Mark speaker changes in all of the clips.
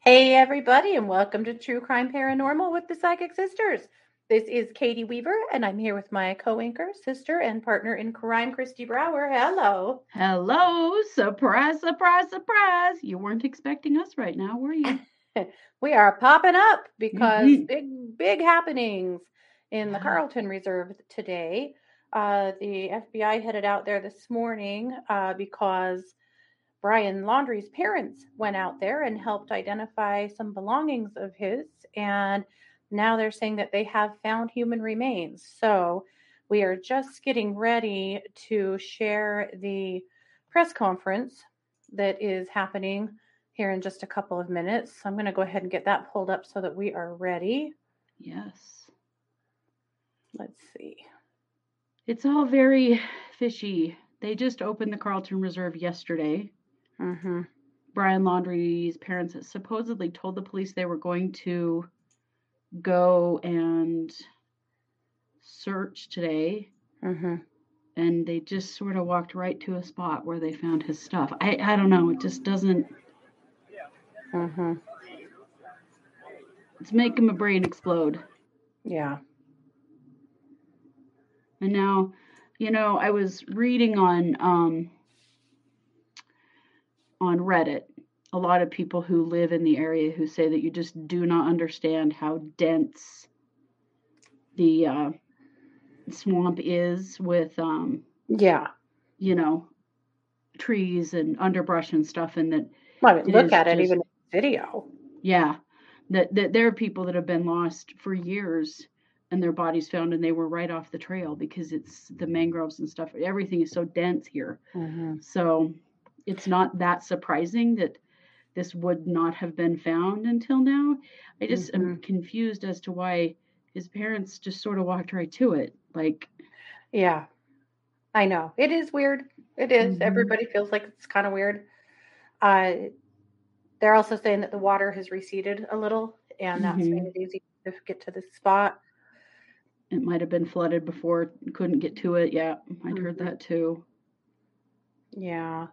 Speaker 1: Hey, everybody, and welcome to True Crime Paranormal with the Psychic Sisters. This is Katie Weaver, and I'm here with my co anchor, sister, and partner in crime, Christy Brower. Hello.
Speaker 2: Hello, surprise, surprise, surprise. You weren't expecting us right now, were you?
Speaker 1: We are popping up because
Speaker 2: Mhm.
Speaker 1: big, big happenings in the
Speaker 2: Yeah.
Speaker 1: Carlton Reserve today. Uh, the FBI headed out there this morning uh, because Brian Laundrie's parents went out there and helped identify some belongings of his. And now they're saying that they have found human remains. So we are just getting ready to share the press conference that is happening here in just a couple of minutes. So I'm going to go ahead and get that pulled up so that we are ready.
Speaker 2: Yes.
Speaker 1: Let's see.
Speaker 2: It's all very fishy. They just opened the Carlton Reserve yesterday.
Speaker 1: Mm-hmm.
Speaker 2: Brian Laundrie's parents supposedly told the police they were going to go and search today,
Speaker 1: Mm-hmm.
Speaker 2: and they just sort of walked right to a spot where they found his stuff. I, I don't know. It just doesn't,
Speaker 1: Mm-hmm.
Speaker 2: it's making my brain explode.
Speaker 1: Yeah.
Speaker 2: And now, you know, I was reading on um, on Reddit a lot of people who live in the area who say that you just do not understand how dense the uh, swamp is with um,
Speaker 1: Yeah.
Speaker 2: you know trees and underbrush and stuff, and that
Speaker 1: Well, I mean,
Speaker 2: It
Speaker 1: look
Speaker 2: is
Speaker 1: at it
Speaker 2: just-
Speaker 1: even in the video.
Speaker 2: yeah, that, that there are people that have been lost for years and their bodies found and they were right off the trail because it's the mangroves and stuff. Everything is so dense here.
Speaker 1: Mm-hmm.
Speaker 2: So it's not that surprising that this would not have been found until now. I just
Speaker 1: Mm-hmm.
Speaker 2: am confused as to why his parents just sort of walked right to it. Like,
Speaker 1: Yeah, I know. It is weird. It is.
Speaker 2: Mhm.
Speaker 1: Everybody feels like it's kind of weird. Uh, they're also saying that the water has receded a little, and that's
Speaker 2: Mhm.
Speaker 1: made it easy to get to this spot.
Speaker 2: it might have been flooded before, couldn't get to it. Yeah, I'd heard
Speaker 1: Mhm.
Speaker 2: that too.
Speaker 1: Yeah.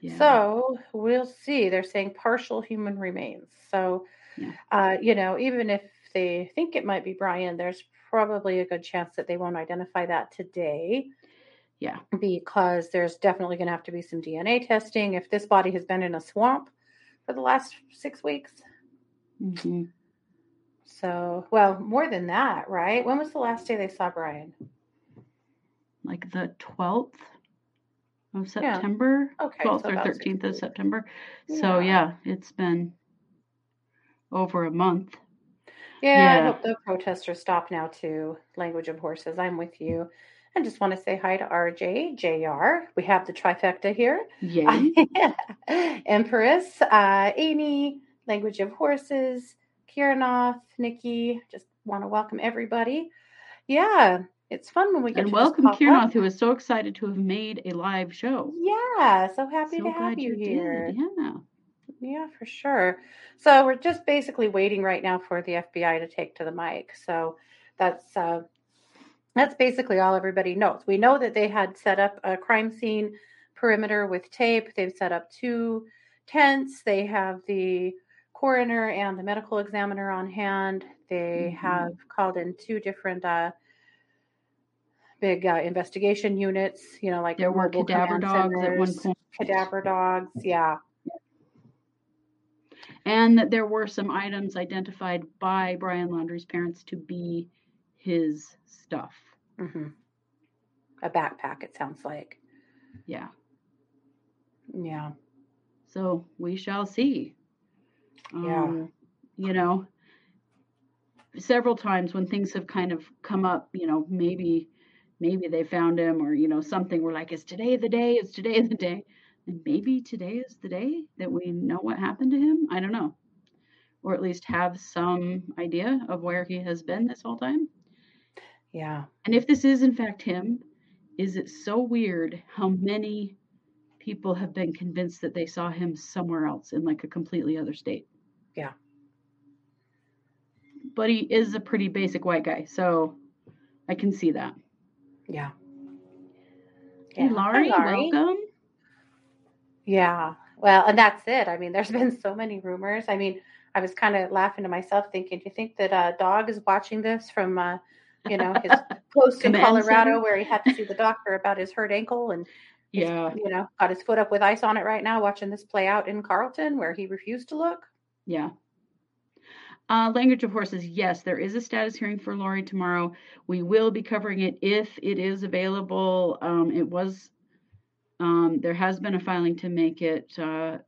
Speaker 2: Yeah.
Speaker 1: So we'll see. They're saying partial human remains. So,
Speaker 2: Yeah.
Speaker 1: uh, you know, even if they think it might be Brian, there's probably a good chance that they won't identify that today.
Speaker 2: Yeah.
Speaker 1: because there's definitely going to have to be some DNA testing. If this body has been in a swamp for the last six weeks,
Speaker 2: Mhm.
Speaker 1: so well, more than that, right? When was the last day they saw Brian?
Speaker 2: Like the 12th of September,
Speaker 1: Okay,
Speaker 2: 12th
Speaker 1: so
Speaker 2: or
Speaker 1: about six
Speaker 2: 13th of
Speaker 1: weeks.
Speaker 2: September. So, yeah, it's been over a month.
Speaker 1: yeah, I
Speaker 2: Yeah.
Speaker 1: hope the protesters stop now too. Language of horses. I'm with you. I just want to say hi to RJ, JR. We have the trifecta here.
Speaker 2: Yay.
Speaker 1: Empress, uh, Amy, Language of Horses, Kiranoff, Nikki. Just want to welcome everybody. Yeah, it's fun when we get
Speaker 2: and
Speaker 1: to
Speaker 2: welcome
Speaker 1: just pop up.
Speaker 2: Kiernoth, who is so excited to have made a live show.
Speaker 1: Yeah, so happy
Speaker 2: so
Speaker 1: to have
Speaker 2: glad
Speaker 1: you,
Speaker 2: you
Speaker 1: here.
Speaker 2: did. Yeah.
Speaker 1: Yeah, for sure. So we're just basically waiting right now for the FBI to take to the mic. So that's uh, that's basically all everybody knows. We know that they had set up a crime scene perimeter with tape. They've set up two tents. They have the coroner and the medical examiner on hand. They
Speaker 2: Mhm.
Speaker 1: have called in two different uh, big uh, investigation units. You know, like
Speaker 2: There were
Speaker 1: mobile
Speaker 2: cadaver
Speaker 1: command
Speaker 2: dogs at one
Speaker 1: centers,
Speaker 2: point.
Speaker 1: Cadaver dogs. Yeah.
Speaker 2: And that there were some items identified by Brian Laundrie's parents to be his stuff.
Speaker 1: hmm A backpack. It sounds like.
Speaker 2: Yeah.
Speaker 1: Yeah.
Speaker 2: So we shall see. Um,
Speaker 1: Yeah.
Speaker 2: You know, several times when things have kind of come up, you know, maybe maybe they found him or you know something we're like is today the day is today the day and maybe today is the day that we know what happened to him i don't know or at least have some idea of where he has been this whole time
Speaker 1: Yeah.
Speaker 2: and if this is in fact him is it so weird how many people have been convinced that they saw him somewhere else in like a completely other state
Speaker 1: Yeah.
Speaker 2: but he is a pretty basic white guy, so I can see that.
Speaker 1: Yeah.
Speaker 2: Hey, Laurie,
Speaker 1: Hi, Laurie.
Speaker 2: welcome.
Speaker 1: Yeah. Well, and that's it. I mean, there's been so many rumors. I mean, I was kind of laughing to myself, thinking, "Do you think that uh, dog is watching this from, uh, you know, his post in
Speaker 2: Command
Speaker 1: Colorado
Speaker 2: center?
Speaker 1: where he had to see the doctor about his hurt ankle and he's,
Speaker 2: Yeah,
Speaker 1: you know, got his foot up with ice on it right now, watching this play out in Carlton where he refused to look."
Speaker 2: yeah. Uh, language of horses. Yes, there is a status hearing for Lori tomorrow. We will be covering it if it is available. Um, it was. Um, there has been a filing to make it uh,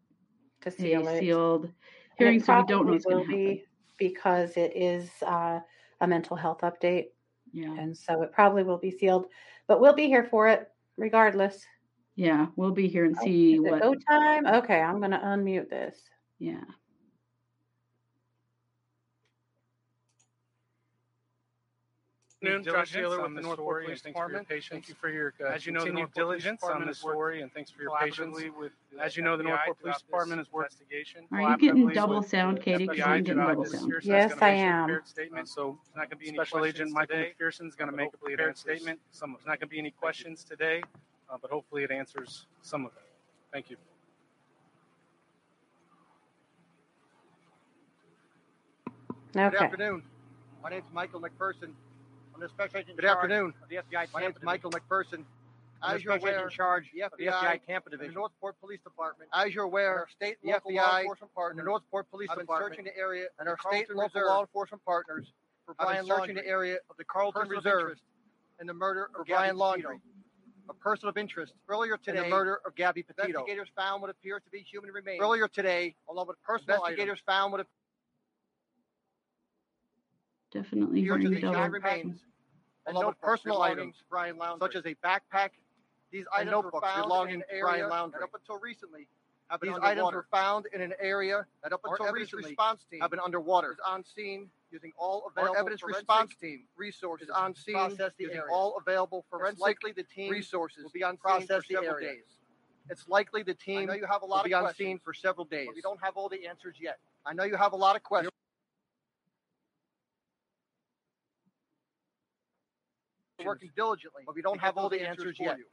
Speaker 1: To
Speaker 2: a
Speaker 1: seal it.
Speaker 2: sealed
Speaker 1: And
Speaker 2: hearing,
Speaker 1: it
Speaker 2: so we don't
Speaker 1: probably
Speaker 2: know what's going
Speaker 1: will
Speaker 2: to happen.
Speaker 1: be because it is uh, a mental health update,
Speaker 2: Yeah,
Speaker 1: and so it probably will be sealed. But we'll be here for it regardless.
Speaker 2: yeah, we'll be here and
Speaker 1: Oh,
Speaker 2: see
Speaker 1: Is it
Speaker 2: what.
Speaker 1: go time? Okay, I'm going to unmute this.
Speaker 2: Yeah.
Speaker 3: afternoon,
Speaker 4: Your diligence
Speaker 3: Josh Taylor
Speaker 4: on
Speaker 3: with the
Speaker 4: this
Speaker 3: North Port
Speaker 4: story, and thanks
Speaker 3: Police
Speaker 4: for your
Speaker 3: Department. Thank
Speaker 4: patience.
Speaker 3: you for your uh,
Speaker 4: As you know, the
Speaker 3: continued
Speaker 4: North Port Police
Speaker 3: diligence on
Speaker 4: Department
Speaker 3: this
Speaker 4: has worked
Speaker 3: story, and thanks for your patience.
Speaker 4: collaboratively with the
Speaker 3: As you know, the North
Speaker 4: FBI
Speaker 3: Port Police
Speaker 4: throughout this
Speaker 3: Department has worked
Speaker 4: investigation.
Speaker 2: Are you getting
Speaker 4: collaboratively
Speaker 2: double
Speaker 4: with
Speaker 2: sound,
Speaker 4: the
Speaker 2: Katie? Because
Speaker 4: FBI
Speaker 2: I'm getting
Speaker 4: throughout
Speaker 2: double
Speaker 4: this
Speaker 2: sound.
Speaker 4: year, so
Speaker 1: Yes,
Speaker 4: that's
Speaker 1: I
Speaker 4: gonna make a
Speaker 1: am.
Speaker 4: Prepared statement. So there's not going to be any Special Agent
Speaker 3: questions
Speaker 4: Michael
Speaker 3: today,
Speaker 4: McPherson's going to
Speaker 3: but
Speaker 4: make a
Speaker 3: hopefully it
Speaker 4: prepared
Speaker 3: answers
Speaker 4: statement.
Speaker 3: some of
Speaker 4: There's not going to be any
Speaker 3: you.
Speaker 4: questions today, uh, but hopefully it answers some of it. Thank you.
Speaker 3: Good
Speaker 1: Okay.
Speaker 3: afternoon.
Speaker 5: My name's Michael McPherson. I'm the special agent.
Speaker 3: Good
Speaker 5: in charge
Speaker 3: afternoon.
Speaker 5: Of the FBI.
Speaker 3: My
Speaker 5: My
Speaker 3: name's
Speaker 5: name's Michael McPherson.
Speaker 3: I'm the
Speaker 5: As you're
Speaker 3: special agent
Speaker 5: aware,
Speaker 3: in
Speaker 5: charge the FBI,
Speaker 3: the FBI
Speaker 5: Tampa
Speaker 3: Division.
Speaker 5: the Northport Police Department.
Speaker 3: As you're
Speaker 5: and our
Speaker 3: aware,
Speaker 5: state,
Speaker 3: the
Speaker 5: local law
Speaker 3: FBI
Speaker 5: enforcement
Speaker 3: and the
Speaker 5: partners.
Speaker 3: Northport Police
Speaker 5: I've been
Speaker 3: Department
Speaker 5: searching the area
Speaker 3: and our
Speaker 5: of
Speaker 3: state
Speaker 5: the Carlton
Speaker 3: and local
Speaker 5: Reserve
Speaker 3: law enforcement partners
Speaker 5: for
Speaker 3: I've been
Speaker 5: Brian
Speaker 3: searching the
Speaker 5: Laundrie,
Speaker 3: area
Speaker 5: of the Carlton
Speaker 3: person of
Speaker 5: Reserve
Speaker 3: interest
Speaker 5: and the murder
Speaker 3: for
Speaker 5: of
Speaker 3: Brian
Speaker 5: Brian
Speaker 3: Laundrie.
Speaker 5: Laundrie. A person of interest. Earlier
Speaker 3: and
Speaker 5: today,
Speaker 3: the murder of Gabby Petito.
Speaker 5: investigators found what appears to be human remains.
Speaker 3: Earlier today,
Speaker 5: along with personal items.
Speaker 3: investigators found what
Speaker 2: Definitely
Speaker 3: appeared to
Speaker 2: hearing
Speaker 3: be human
Speaker 2: double.
Speaker 3: remains,
Speaker 5: And
Speaker 3: along
Speaker 5: no
Speaker 3: with personal
Speaker 5: belonging
Speaker 3: items
Speaker 5: to Brian Laundrie.
Speaker 3: such as a backpack.
Speaker 5: These
Speaker 3: and
Speaker 5: items were
Speaker 3: notebooks
Speaker 5: found
Speaker 3: belonging
Speaker 5: in an
Speaker 3: to
Speaker 5: area
Speaker 3: Brian Laundrie.
Speaker 5: that up until recently have been
Speaker 3: These
Speaker 5: underwater.
Speaker 3: items were found in an area that up
Speaker 5: Our
Speaker 3: until
Speaker 5: evidence
Speaker 3: recently
Speaker 5: response team
Speaker 3: have been underwater.
Speaker 5: is on scene using all
Speaker 3: Our
Speaker 5: available
Speaker 3: evidence
Speaker 5: forensic
Speaker 3: response team
Speaker 5: resources
Speaker 3: is on scene
Speaker 5: process the
Speaker 3: using
Speaker 5: area.
Speaker 3: all available
Speaker 5: It's
Speaker 3: forensic
Speaker 5: likely the team
Speaker 3: resources
Speaker 5: will be
Speaker 3: to
Speaker 5: on scene for
Speaker 3: process the
Speaker 5: several
Speaker 3: area.
Speaker 5: days.
Speaker 3: It's likely the
Speaker 5: I
Speaker 3: team
Speaker 5: know you have a
Speaker 3: will
Speaker 5: lot
Speaker 3: be
Speaker 5: of
Speaker 3: on
Speaker 5: questions,
Speaker 3: scene for several days.
Speaker 5: but we don't have all the answers yet.
Speaker 3: I know you have a lot of questions.
Speaker 5: We're working diligently,
Speaker 3: But we don't
Speaker 5: to
Speaker 3: have
Speaker 5: get
Speaker 3: all
Speaker 5: those
Speaker 3: the answers
Speaker 5: for
Speaker 3: yet.
Speaker 5: You.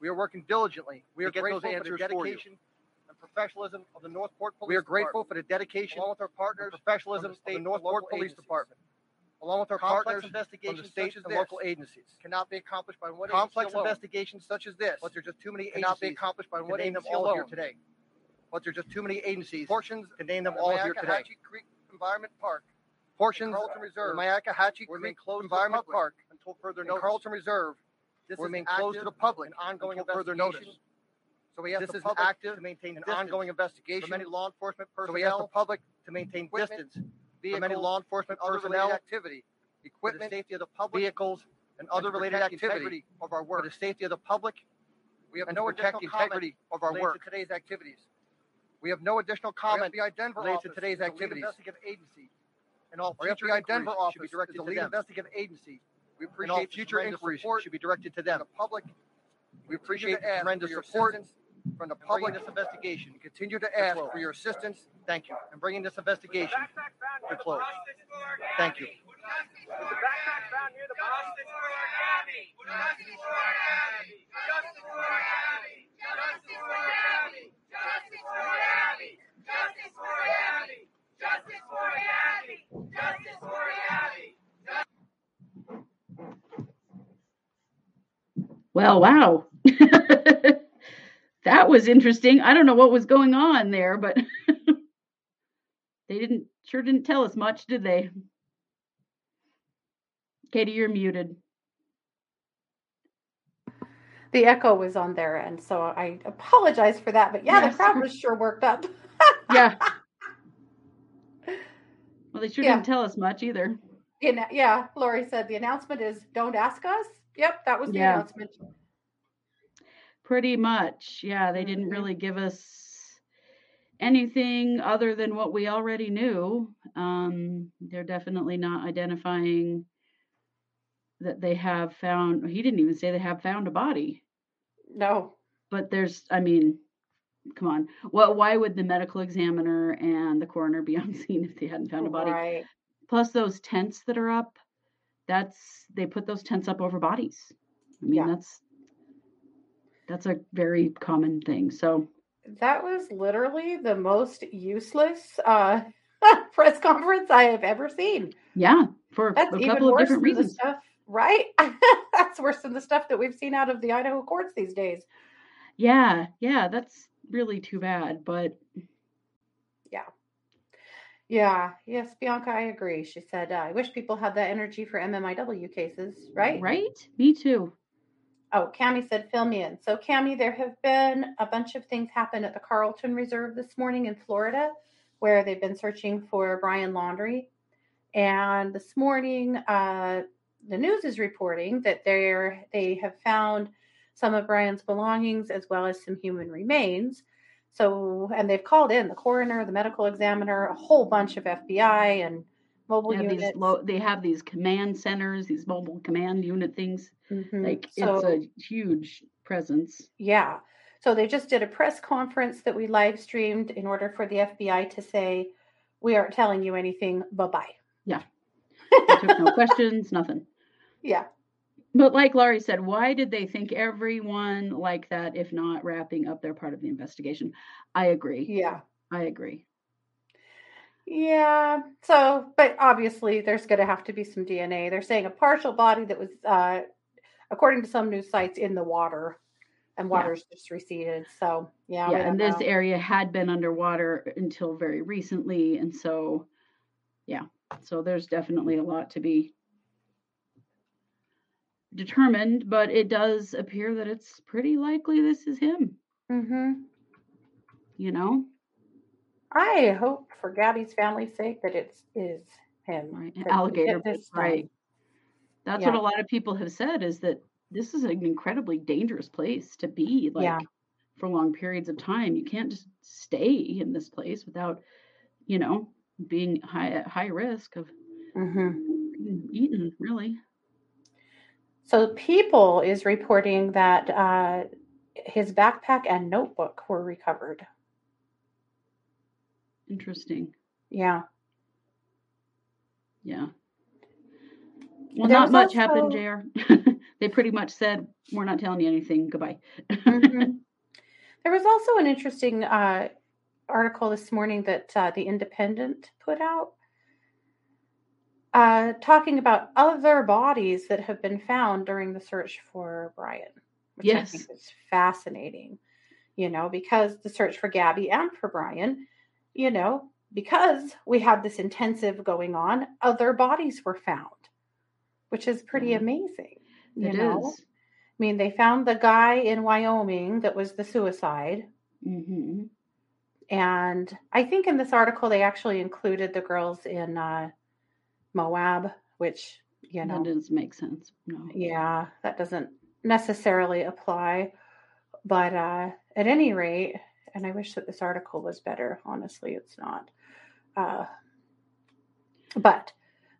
Speaker 3: We are working diligently. We are
Speaker 5: We're
Speaker 3: grateful
Speaker 5: grateful
Speaker 3: for those answers
Speaker 5: for the
Speaker 3: for you.
Speaker 5: dedication and professionalism of the Northport Police
Speaker 3: We are grateful
Speaker 5: Department,
Speaker 3: for the dedication,
Speaker 5: along with our
Speaker 3: and
Speaker 5: partners,
Speaker 3: professionalism of
Speaker 5: state
Speaker 3: the
Speaker 5: and
Speaker 3: Northport
Speaker 5: local
Speaker 3: Police
Speaker 5: agencies.
Speaker 3: Department, along with our
Speaker 5: Complex
Speaker 3: partners from
Speaker 5: investigations
Speaker 3: the state
Speaker 5: such as
Speaker 3: and
Speaker 5: this
Speaker 3: local agencies.
Speaker 5: cannot be accomplished by one
Speaker 3: Complex
Speaker 5: agency alone,
Speaker 3: investigations such as this
Speaker 5: but there are just too many
Speaker 3: cannot be
Speaker 5: agencies
Speaker 3: accomplished by
Speaker 5: to
Speaker 3: one
Speaker 5: name them
Speaker 3: agency
Speaker 5: all
Speaker 3: alone here
Speaker 5: here
Speaker 3: today. But there are just too many agencies
Speaker 5: Portions
Speaker 3: to name them
Speaker 5: of
Speaker 3: all here today.
Speaker 5: Hatchie Creek Environment Park
Speaker 3: Portions
Speaker 5: Carlton
Speaker 3: of
Speaker 5: Reserve
Speaker 3: the Myakahatchee
Speaker 5: will
Speaker 3: Creek
Speaker 5: remain closed to the
Speaker 3: Environment
Speaker 5: public
Speaker 3: Park
Speaker 5: until further
Speaker 3: and
Speaker 5: notice.
Speaker 3: Carlton Reserve
Speaker 5: this
Speaker 3: will
Speaker 5: is
Speaker 3: remain closed to
Speaker 5: active
Speaker 3: the public
Speaker 5: and ongoing
Speaker 3: until further
Speaker 5: investigation.
Speaker 3: notice.
Speaker 5: So we ask
Speaker 3: This
Speaker 5: the
Speaker 3: is an
Speaker 5: public
Speaker 3: active
Speaker 5: to maintain
Speaker 3: An
Speaker 5: distance
Speaker 3: ongoing
Speaker 5: from any
Speaker 3: investigation,
Speaker 5: law enforcement
Speaker 3: so we ask the
Speaker 5: personnel,
Speaker 3: public to maintain
Speaker 5: equipment,
Speaker 3: distance
Speaker 5: vehicles,
Speaker 3: from any law
Speaker 5: and
Speaker 3: enforcement
Speaker 5: other
Speaker 3: personnel,
Speaker 5: related activity, for the
Speaker 3: equipment,
Speaker 5: safety of the public,
Speaker 3: vehicles, and other
Speaker 5: to
Speaker 3: related
Speaker 5: protect the
Speaker 3: activity
Speaker 5: integrity of our
Speaker 3: for
Speaker 5: work.
Speaker 3: the safety of the public
Speaker 5: We have
Speaker 3: and to
Speaker 5: no
Speaker 3: protect
Speaker 5: additional
Speaker 3: the
Speaker 5: comment
Speaker 3: integrity of our
Speaker 5: related
Speaker 3: work.
Speaker 5: to today's activities.
Speaker 3: We have no additional
Speaker 5: Our
Speaker 3: comment.
Speaker 5: FBI Denver
Speaker 3: related
Speaker 5: office
Speaker 3: to today's
Speaker 5: is the lead
Speaker 3: activities.
Speaker 5: investigative agency, and all
Speaker 3: Our
Speaker 5: future
Speaker 3: FBI
Speaker 5: inquiries
Speaker 3: Denver
Speaker 5: should
Speaker 3: office
Speaker 5: be
Speaker 3: is
Speaker 5: directed
Speaker 3: the
Speaker 5: to
Speaker 3: lead
Speaker 5: them.
Speaker 3: investigative
Speaker 5: agency. We
Speaker 3: And all
Speaker 5: appreciate
Speaker 3: future inquiries should be directed to
Speaker 5: from
Speaker 3: them.
Speaker 5: the public.
Speaker 3: We
Speaker 5: Continue
Speaker 3: appreciate
Speaker 5: to
Speaker 3: the
Speaker 5: ask for
Speaker 3: tremendous
Speaker 5: your
Speaker 3: support
Speaker 5: assistance
Speaker 3: from the
Speaker 5: in bringing
Speaker 3: public.
Speaker 5: this investigation
Speaker 3: We continue to ask
Speaker 5: close.
Speaker 3: for your assistance. Thank you. And bringing this investigation to close. Thank you.
Speaker 2: Well, wow. that was interesting. I don't know what was going on there, but they didn't sure didn't tell us much, did they? Katie, you're muted.
Speaker 1: The echo was on their end, so I apologize for that. But yeah,
Speaker 2: Yes.
Speaker 1: the crowd was sure worked up.
Speaker 2: Yeah. Well, they sure
Speaker 1: Yeah.
Speaker 2: didn't tell us much either.
Speaker 1: You know, yeah, Lori said the announcement is don't ask us. Yep, that was the
Speaker 2: Yeah.
Speaker 1: announcement.
Speaker 2: Pretty much. Yeah, they didn't
Speaker 1: Mhm.
Speaker 2: really give us anything other than what we already knew. Um, they're definitely not identifying that they have found, he didn't even say they have found a body.
Speaker 1: No,
Speaker 2: But there's, I mean, come on. What? Why would the medical examiner and the coroner be on scene if they hadn't found a body?
Speaker 1: right.
Speaker 2: plus those tents that are up. That's they put those tents up over bodies. I mean,
Speaker 1: Yeah.
Speaker 2: that's that's a very common thing. So
Speaker 1: That was literally the most useless uh, press conference I have ever seen.
Speaker 2: yeah, for
Speaker 1: That's
Speaker 2: a
Speaker 1: even
Speaker 2: couple of
Speaker 1: worse
Speaker 2: different
Speaker 1: than the
Speaker 2: reasons.
Speaker 1: stuff, right? That's worse than the stuff that we've seen out of the Idaho courts these days.
Speaker 2: Yeah, yeah, that's really too bad. But
Speaker 1: Yeah, yes, Bianca, I agree. She said, uh, I wish people had that energy for MMIW cases, right?
Speaker 2: right, me too.
Speaker 1: Oh, Cammie said, fill me in. So, Cammie, there have been a bunch of things happen at the Carlton Reserve this morning in Florida where they've been searching for Brian Laundry. And this morning, uh, the news is reporting that they're, they have found some of Brian's belongings as well as some human remains. So, and they've called in the coroner, the medical examiner, a whole bunch of FBI and mobile
Speaker 2: They have these
Speaker 1: units.
Speaker 2: lo- they have these command centers, these mobile command unit things.
Speaker 1: Mhm.
Speaker 2: Like
Speaker 1: So-
Speaker 2: it's a huge presence.
Speaker 1: Yeah. So they just did a press conference that we live streamed in order for the FBI to say, we aren't telling you anything. Bye bye.
Speaker 2: They took no questions, nothing.
Speaker 1: Yeah.
Speaker 2: But like Laurie said, why did they think everyone like that if not wrapping up their part of the investigation? I agree.
Speaker 1: Yeah.
Speaker 2: I agree.
Speaker 1: Yeah. So, but obviously, there's going to have to be some DNA. They're saying a partial body that was, uh, according to some news sites, in the water and water's just receded. So, yeah.
Speaker 2: Yeah,
Speaker 1: we don't
Speaker 2: and this
Speaker 1: know.
Speaker 2: area had been underwater until very recently, and so yeah. So there's definitely a lot to be determined, but it does appear that it's pretty likely this is him,
Speaker 1: Mhm.
Speaker 2: you know?
Speaker 1: I hope for Gabby's family's sake that it is him.
Speaker 2: Right.
Speaker 1: that
Speaker 2: An
Speaker 1: we
Speaker 2: alligator
Speaker 1: get this
Speaker 2: bit, right.
Speaker 1: done.
Speaker 2: That's
Speaker 1: Yeah.
Speaker 2: what a lot of people have said is that this is an incredibly dangerous place to be, like
Speaker 1: Yeah.
Speaker 2: for long periods of time. You can't just stay in this place without, you know, being high at high risk of
Speaker 1: Mhm.
Speaker 2: being eaten, really.
Speaker 1: So People is reporting that uh, his backpack and notebook were recovered.
Speaker 2: Interesting.
Speaker 1: Yeah.
Speaker 2: Yeah. Well,
Speaker 1: There
Speaker 2: not
Speaker 1: was
Speaker 2: much happened,
Speaker 1: also-
Speaker 2: Jr. they pretty much said, "We're not telling you anything. Goodbye."
Speaker 1: Mhm. there was also an interesting uh, article this morning that uh, The Independent put out uh, talking about other bodies that have been found during the search for Brian. Which
Speaker 2: Yes.
Speaker 1: I think is fascinating, you know, because the search for Gabby and for Brian, you know, because we had this intensive going on, other bodies were found, which is pretty
Speaker 2: Yeah.
Speaker 1: amazing. You
Speaker 2: It
Speaker 1: know, I mean, they found the guy in Wyoming that was the suicide.
Speaker 2: Mm-hmm.
Speaker 1: And I think in this article, they actually included the girls in uh, Moab, which, you know,
Speaker 2: That does make sense. No.
Speaker 1: yeah, that doesn't necessarily apply. But uh, at any rate, and I wish that this article was better. Honestly, it's not. Uh, but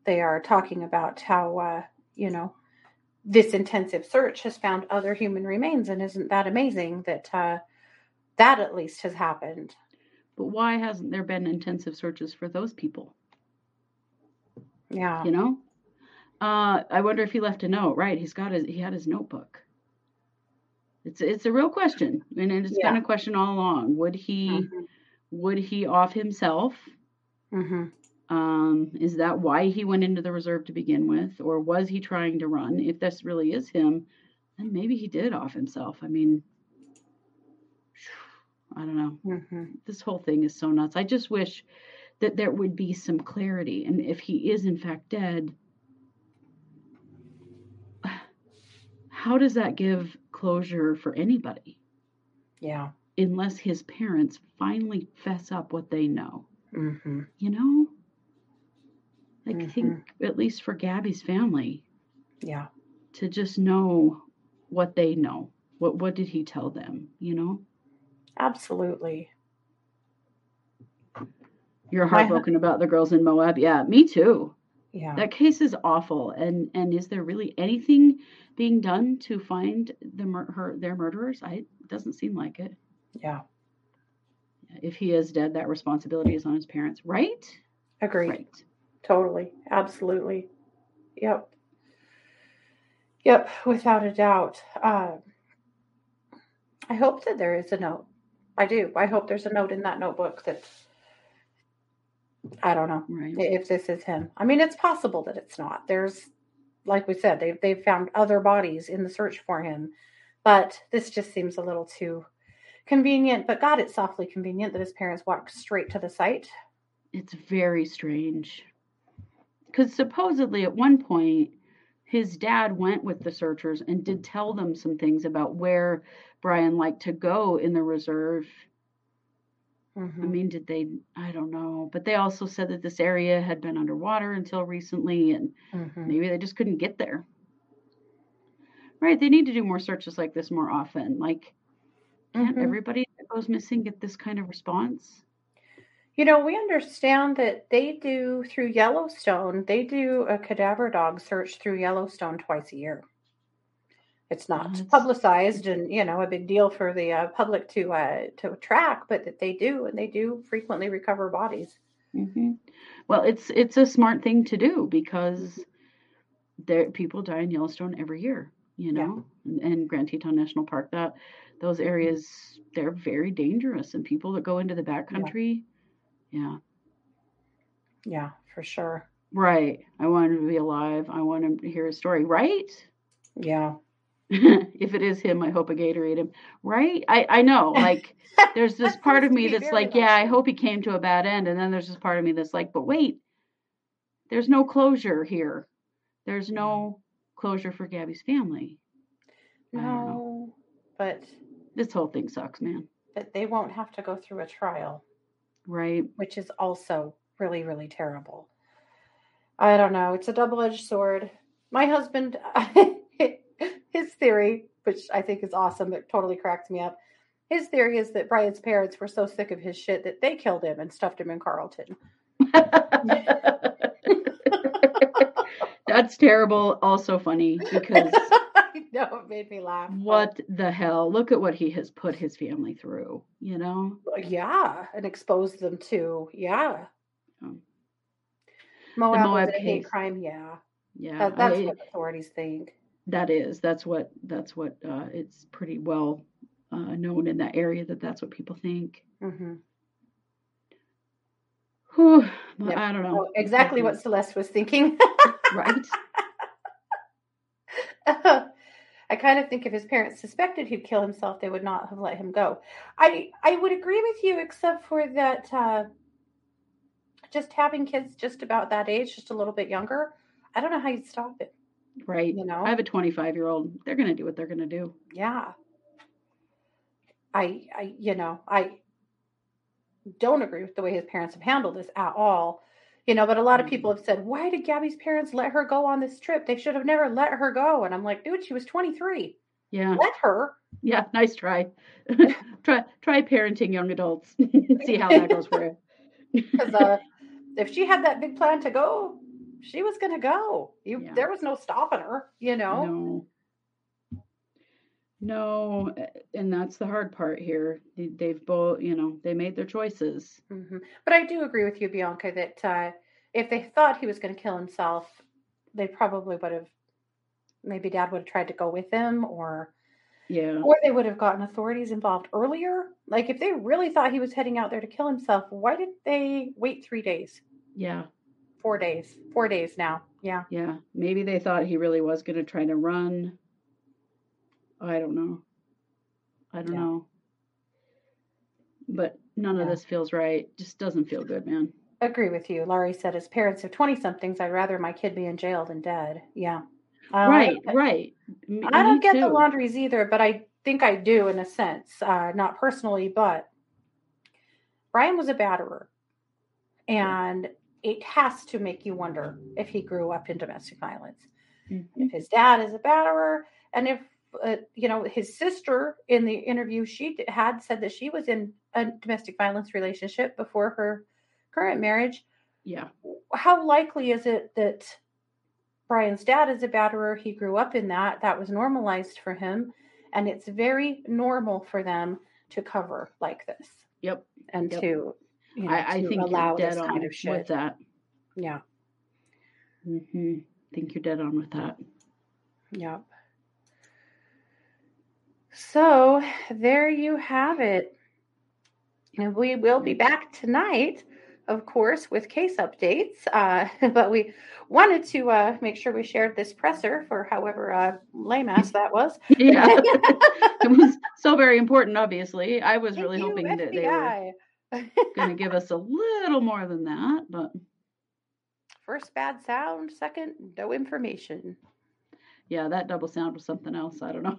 Speaker 1: they are talking about how, uh, you know, this intensive search has found other human remains. And isn't that amazing that uh, that at least has happened?
Speaker 2: But why hasn't there been intensive searches for those people?
Speaker 1: Yeah.
Speaker 2: You know. Uh, I wonder if he left a note. Right, he's got his. He had his notebook. It's it's a real question, and it's been
Speaker 1: Yeah.
Speaker 2: a question all along. Would he
Speaker 1: Mm-hmm.
Speaker 2: would he off himself
Speaker 1: hmm
Speaker 2: Um, is that why he went into the reserve to begin with, or was he trying to run? If this really is him, then maybe he did off himself. I mean, I don't know.
Speaker 1: hmm
Speaker 2: This whole thing is so nuts. I just wish that there would be some clarity. And if he is in fact dead, how does that give closure for anybody
Speaker 1: Yeah.
Speaker 2: unless his parents finally fess up what they know?
Speaker 1: hmm
Speaker 2: you know like i
Speaker 1: Mhm.
Speaker 2: think at least for gabby's family
Speaker 1: Yeah.
Speaker 2: to just know what they know what what did he tell them you know
Speaker 1: Absolutely.
Speaker 2: you're
Speaker 1: My hu-
Speaker 2: heartbroken about the girls in moab yeah me too
Speaker 1: Yeah.
Speaker 2: that case is awful and and is there really anything being done to find the mur- her their murderers i it doesn't seem like it
Speaker 1: yeah.
Speaker 2: if he is dead that responsibility is on his parents right
Speaker 1: Agreed.
Speaker 2: right
Speaker 1: Totally. Absolutely. Yep. Yep. Without a doubt. Uh, I hope that there is a note. I do. I hope there's a note in that notebook that I don't know
Speaker 2: Right.
Speaker 1: if this is him. I mean, it's possible that it's not. There's, like we said, they've they've found other bodies in the search for him, but this just seems a little too convenient. But God, it's awfully convenient that his parents walked straight to the site.
Speaker 2: It's very strange. Because supposedly at one point, his dad went with the searchers and did tell them some things about where Brian liked to go in the reserve. I
Speaker 1: Mhm.
Speaker 2: mean, did they? I don't know. But they also said that this area had been underwater until recently and
Speaker 1: Mhm.
Speaker 2: maybe they just couldn't get there. Right. They need to do more searches like this more often. Like, can't
Speaker 1: Mhm.
Speaker 2: everybody that goes missing get this kind of response?
Speaker 1: You know, we understand that they do through Yellowstone, they do a cadaver dog search through Yellowstone twice a year. It's not
Speaker 2: That's-
Speaker 1: publicized and you know a big deal for the uh, public to uh, to track, but that they do and they do frequently recover bodies.
Speaker 2: hmm Well, it's it's a smart thing to do because there people die in Yellowstone every year, you
Speaker 1: Yeah.
Speaker 2: know, and, and Grand Teton National Park. That those areas they're very dangerous, and people that go into the backcountry, yeah,
Speaker 1: Yeah,
Speaker 2: yeah
Speaker 1: for sure.
Speaker 2: right. I want him to be alive. I want him to hear his story, right?
Speaker 1: Yeah,
Speaker 2: if it is him, I hope I Gatorade him, right? I I know, like. There's this
Speaker 1: That
Speaker 2: part of
Speaker 1: seems to
Speaker 2: me
Speaker 1: be
Speaker 2: that's
Speaker 1: very
Speaker 2: like, yeah, I
Speaker 1: likely.
Speaker 2: hope he came to a bad end. And then there's this part of me that's like, but wait, there's no closure here. There's no
Speaker 1: Mm-hmm.
Speaker 2: closure for Gabby's family. I don't
Speaker 1: no, but
Speaker 2: This whole thing sucks, man.
Speaker 1: but they won't have to go through a trial.
Speaker 2: Right?
Speaker 1: which is also really, really terrible. I don't know. It's a double edged sword. My husband, his theory, which I think is awesome, it totally cracks me up. His theory is that Brian's parents were so sick of his shit that they killed him and stuffed him in Carlton.
Speaker 2: that's terrible. Also funny because
Speaker 1: I know it made me laugh. but-
Speaker 2: Hmm. what the hell? Look at what he has put his family through, you know?
Speaker 1: Oh, Yeah, and exposed them to. Yeah.
Speaker 2: Um,
Speaker 1: Moab,
Speaker 2: Moab
Speaker 1: was a hate
Speaker 2: case.
Speaker 1: crime. Yeah,
Speaker 2: Yeah.
Speaker 1: That- that's
Speaker 2: I-
Speaker 1: what authorities think.
Speaker 2: that is that's what that's what uh, it's pretty well uh, known in that area that that's what people think
Speaker 1: hmm
Speaker 2: Whew, but
Speaker 1: Yeah.
Speaker 2: i don't know
Speaker 1: Oh, exactly what Celeste was thinking.
Speaker 2: right
Speaker 1: I kind of think if his parents suspected he'd kill himself, they would not have let him go. I I would agree with you, except for that. Uh, just having kids just about that age, just a little bit younger, I don't know how you'd stop it.
Speaker 2: right
Speaker 1: You know,
Speaker 2: i have a 25 year old they're gonna do what they're gonna do
Speaker 1: yeah. I I you know I don't agree with the way his parents have handled this at all. You know, but a lot of
Speaker 2: Mhm.
Speaker 1: people have said, "Why did Gabby's parents let her go on this trip? They should have never let her go." And I'm like, "Dude, she was 23.
Speaker 2: yeah
Speaker 1: Let her."
Speaker 2: yeah nice try try try parenting young adults see how that goes for you
Speaker 1: because uh, if she had that big plan to go, she was going to go. You,
Speaker 2: Yeah.
Speaker 1: There was no stopping her, you know?
Speaker 2: No. No, a- and that's the hard part here. They- They've both, you know, they made their choices.
Speaker 1: Mhm. But I do agree with you, Bianca, that uh, if they thought he was going to kill himself, they probably would have, maybe dad would have tried to go with him or.
Speaker 2: Yeah.
Speaker 1: Or they would have gotten authorities involved earlier. Like, if they really thought he was heading out there to kill himself, why did they wait three days,
Speaker 2: Yeah.
Speaker 1: four days, four days now? Yeah.
Speaker 2: Yeah, maybe they thought he really was going to try to run. I don't know. I don't
Speaker 1: Yeah.
Speaker 2: know. But none of
Speaker 1: Yeah.
Speaker 2: this feels right. Just doesn't feel good, man.
Speaker 1: Agree with you. Larry said, as parents of 20 somethings, I'd rather my kid be in jail than dead. Yeah. Um,
Speaker 2: right,
Speaker 1: I don't,
Speaker 2: right. M-
Speaker 1: I don't
Speaker 2: me
Speaker 1: get the
Speaker 2: too.
Speaker 1: laundries either, but I think I do in a sense. Uh, not personally, but Brian was a batterer. And it has to make you wonder if he grew up in domestic violence.
Speaker 2: Mhm.
Speaker 1: If his dad is a batterer, and if, uh, you know, his sister in the interview she d- had said that she was in a domestic violence relationship before her current marriage
Speaker 2: Yeah,
Speaker 1: how likely is it that Brian's dad is a batterer? He grew up in that. That was normalized for him. And it's very normal for them to cover like this
Speaker 2: yep.
Speaker 1: and
Speaker 2: Yep.
Speaker 1: to, you know,
Speaker 2: I, I
Speaker 1: to
Speaker 2: think
Speaker 1: allow
Speaker 2: you're dead
Speaker 1: this
Speaker 2: on
Speaker 1: kind of shit.
Speaker 2: with that.
Speaker 1: Yeah.
Speaker 2: hmm I think you're dead on with that.
Speaker 1: Yep. So there you have it. And we will be back tonight, of course, with case updates. Uh, but we wanted to uh, make sure we shared this presser for however uh, lame ass that was.
Speaker 2: Yeah, it was so very important. Obviously, I was
Speaker 1: Thank
Speaker 2: really
Speaker 1: you,
Speaker 2: hoping that they were
Speaker 1: FBI.
Speaker 2: going to give us a little more than that, but
Speaker 1: First bad sound, second no information.
Speaker 2: yeah, that double sound was something else. I don't know.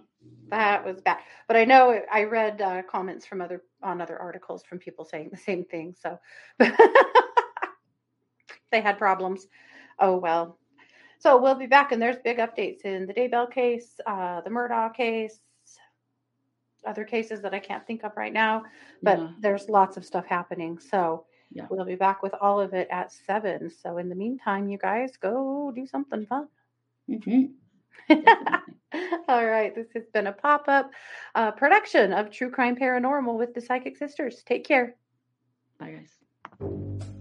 Speaker 1: That was bad. But I know it- I read uh, comments from other on other articles from people saying the same thing. So they had problems. Oh well. So we'll be back, and there's big updates in the Daybell case, uh, the Murdaugh case, other cases that I can't think of right now. But
Speaker 2: Yeah.
Speaker 1: there's lots of stuff happening. So
Speaker 2: Yeah.
Speaker 1: we'll be back with all of it at seven. So in the meantime, you guys go do something fun.
Speaker 2: Mhm.
Speaker 1: All right. This has been a pop up uh, production of True Crime Paranormal with the Psychic Sisters. Take care.
Speaker 2: Bye, guys.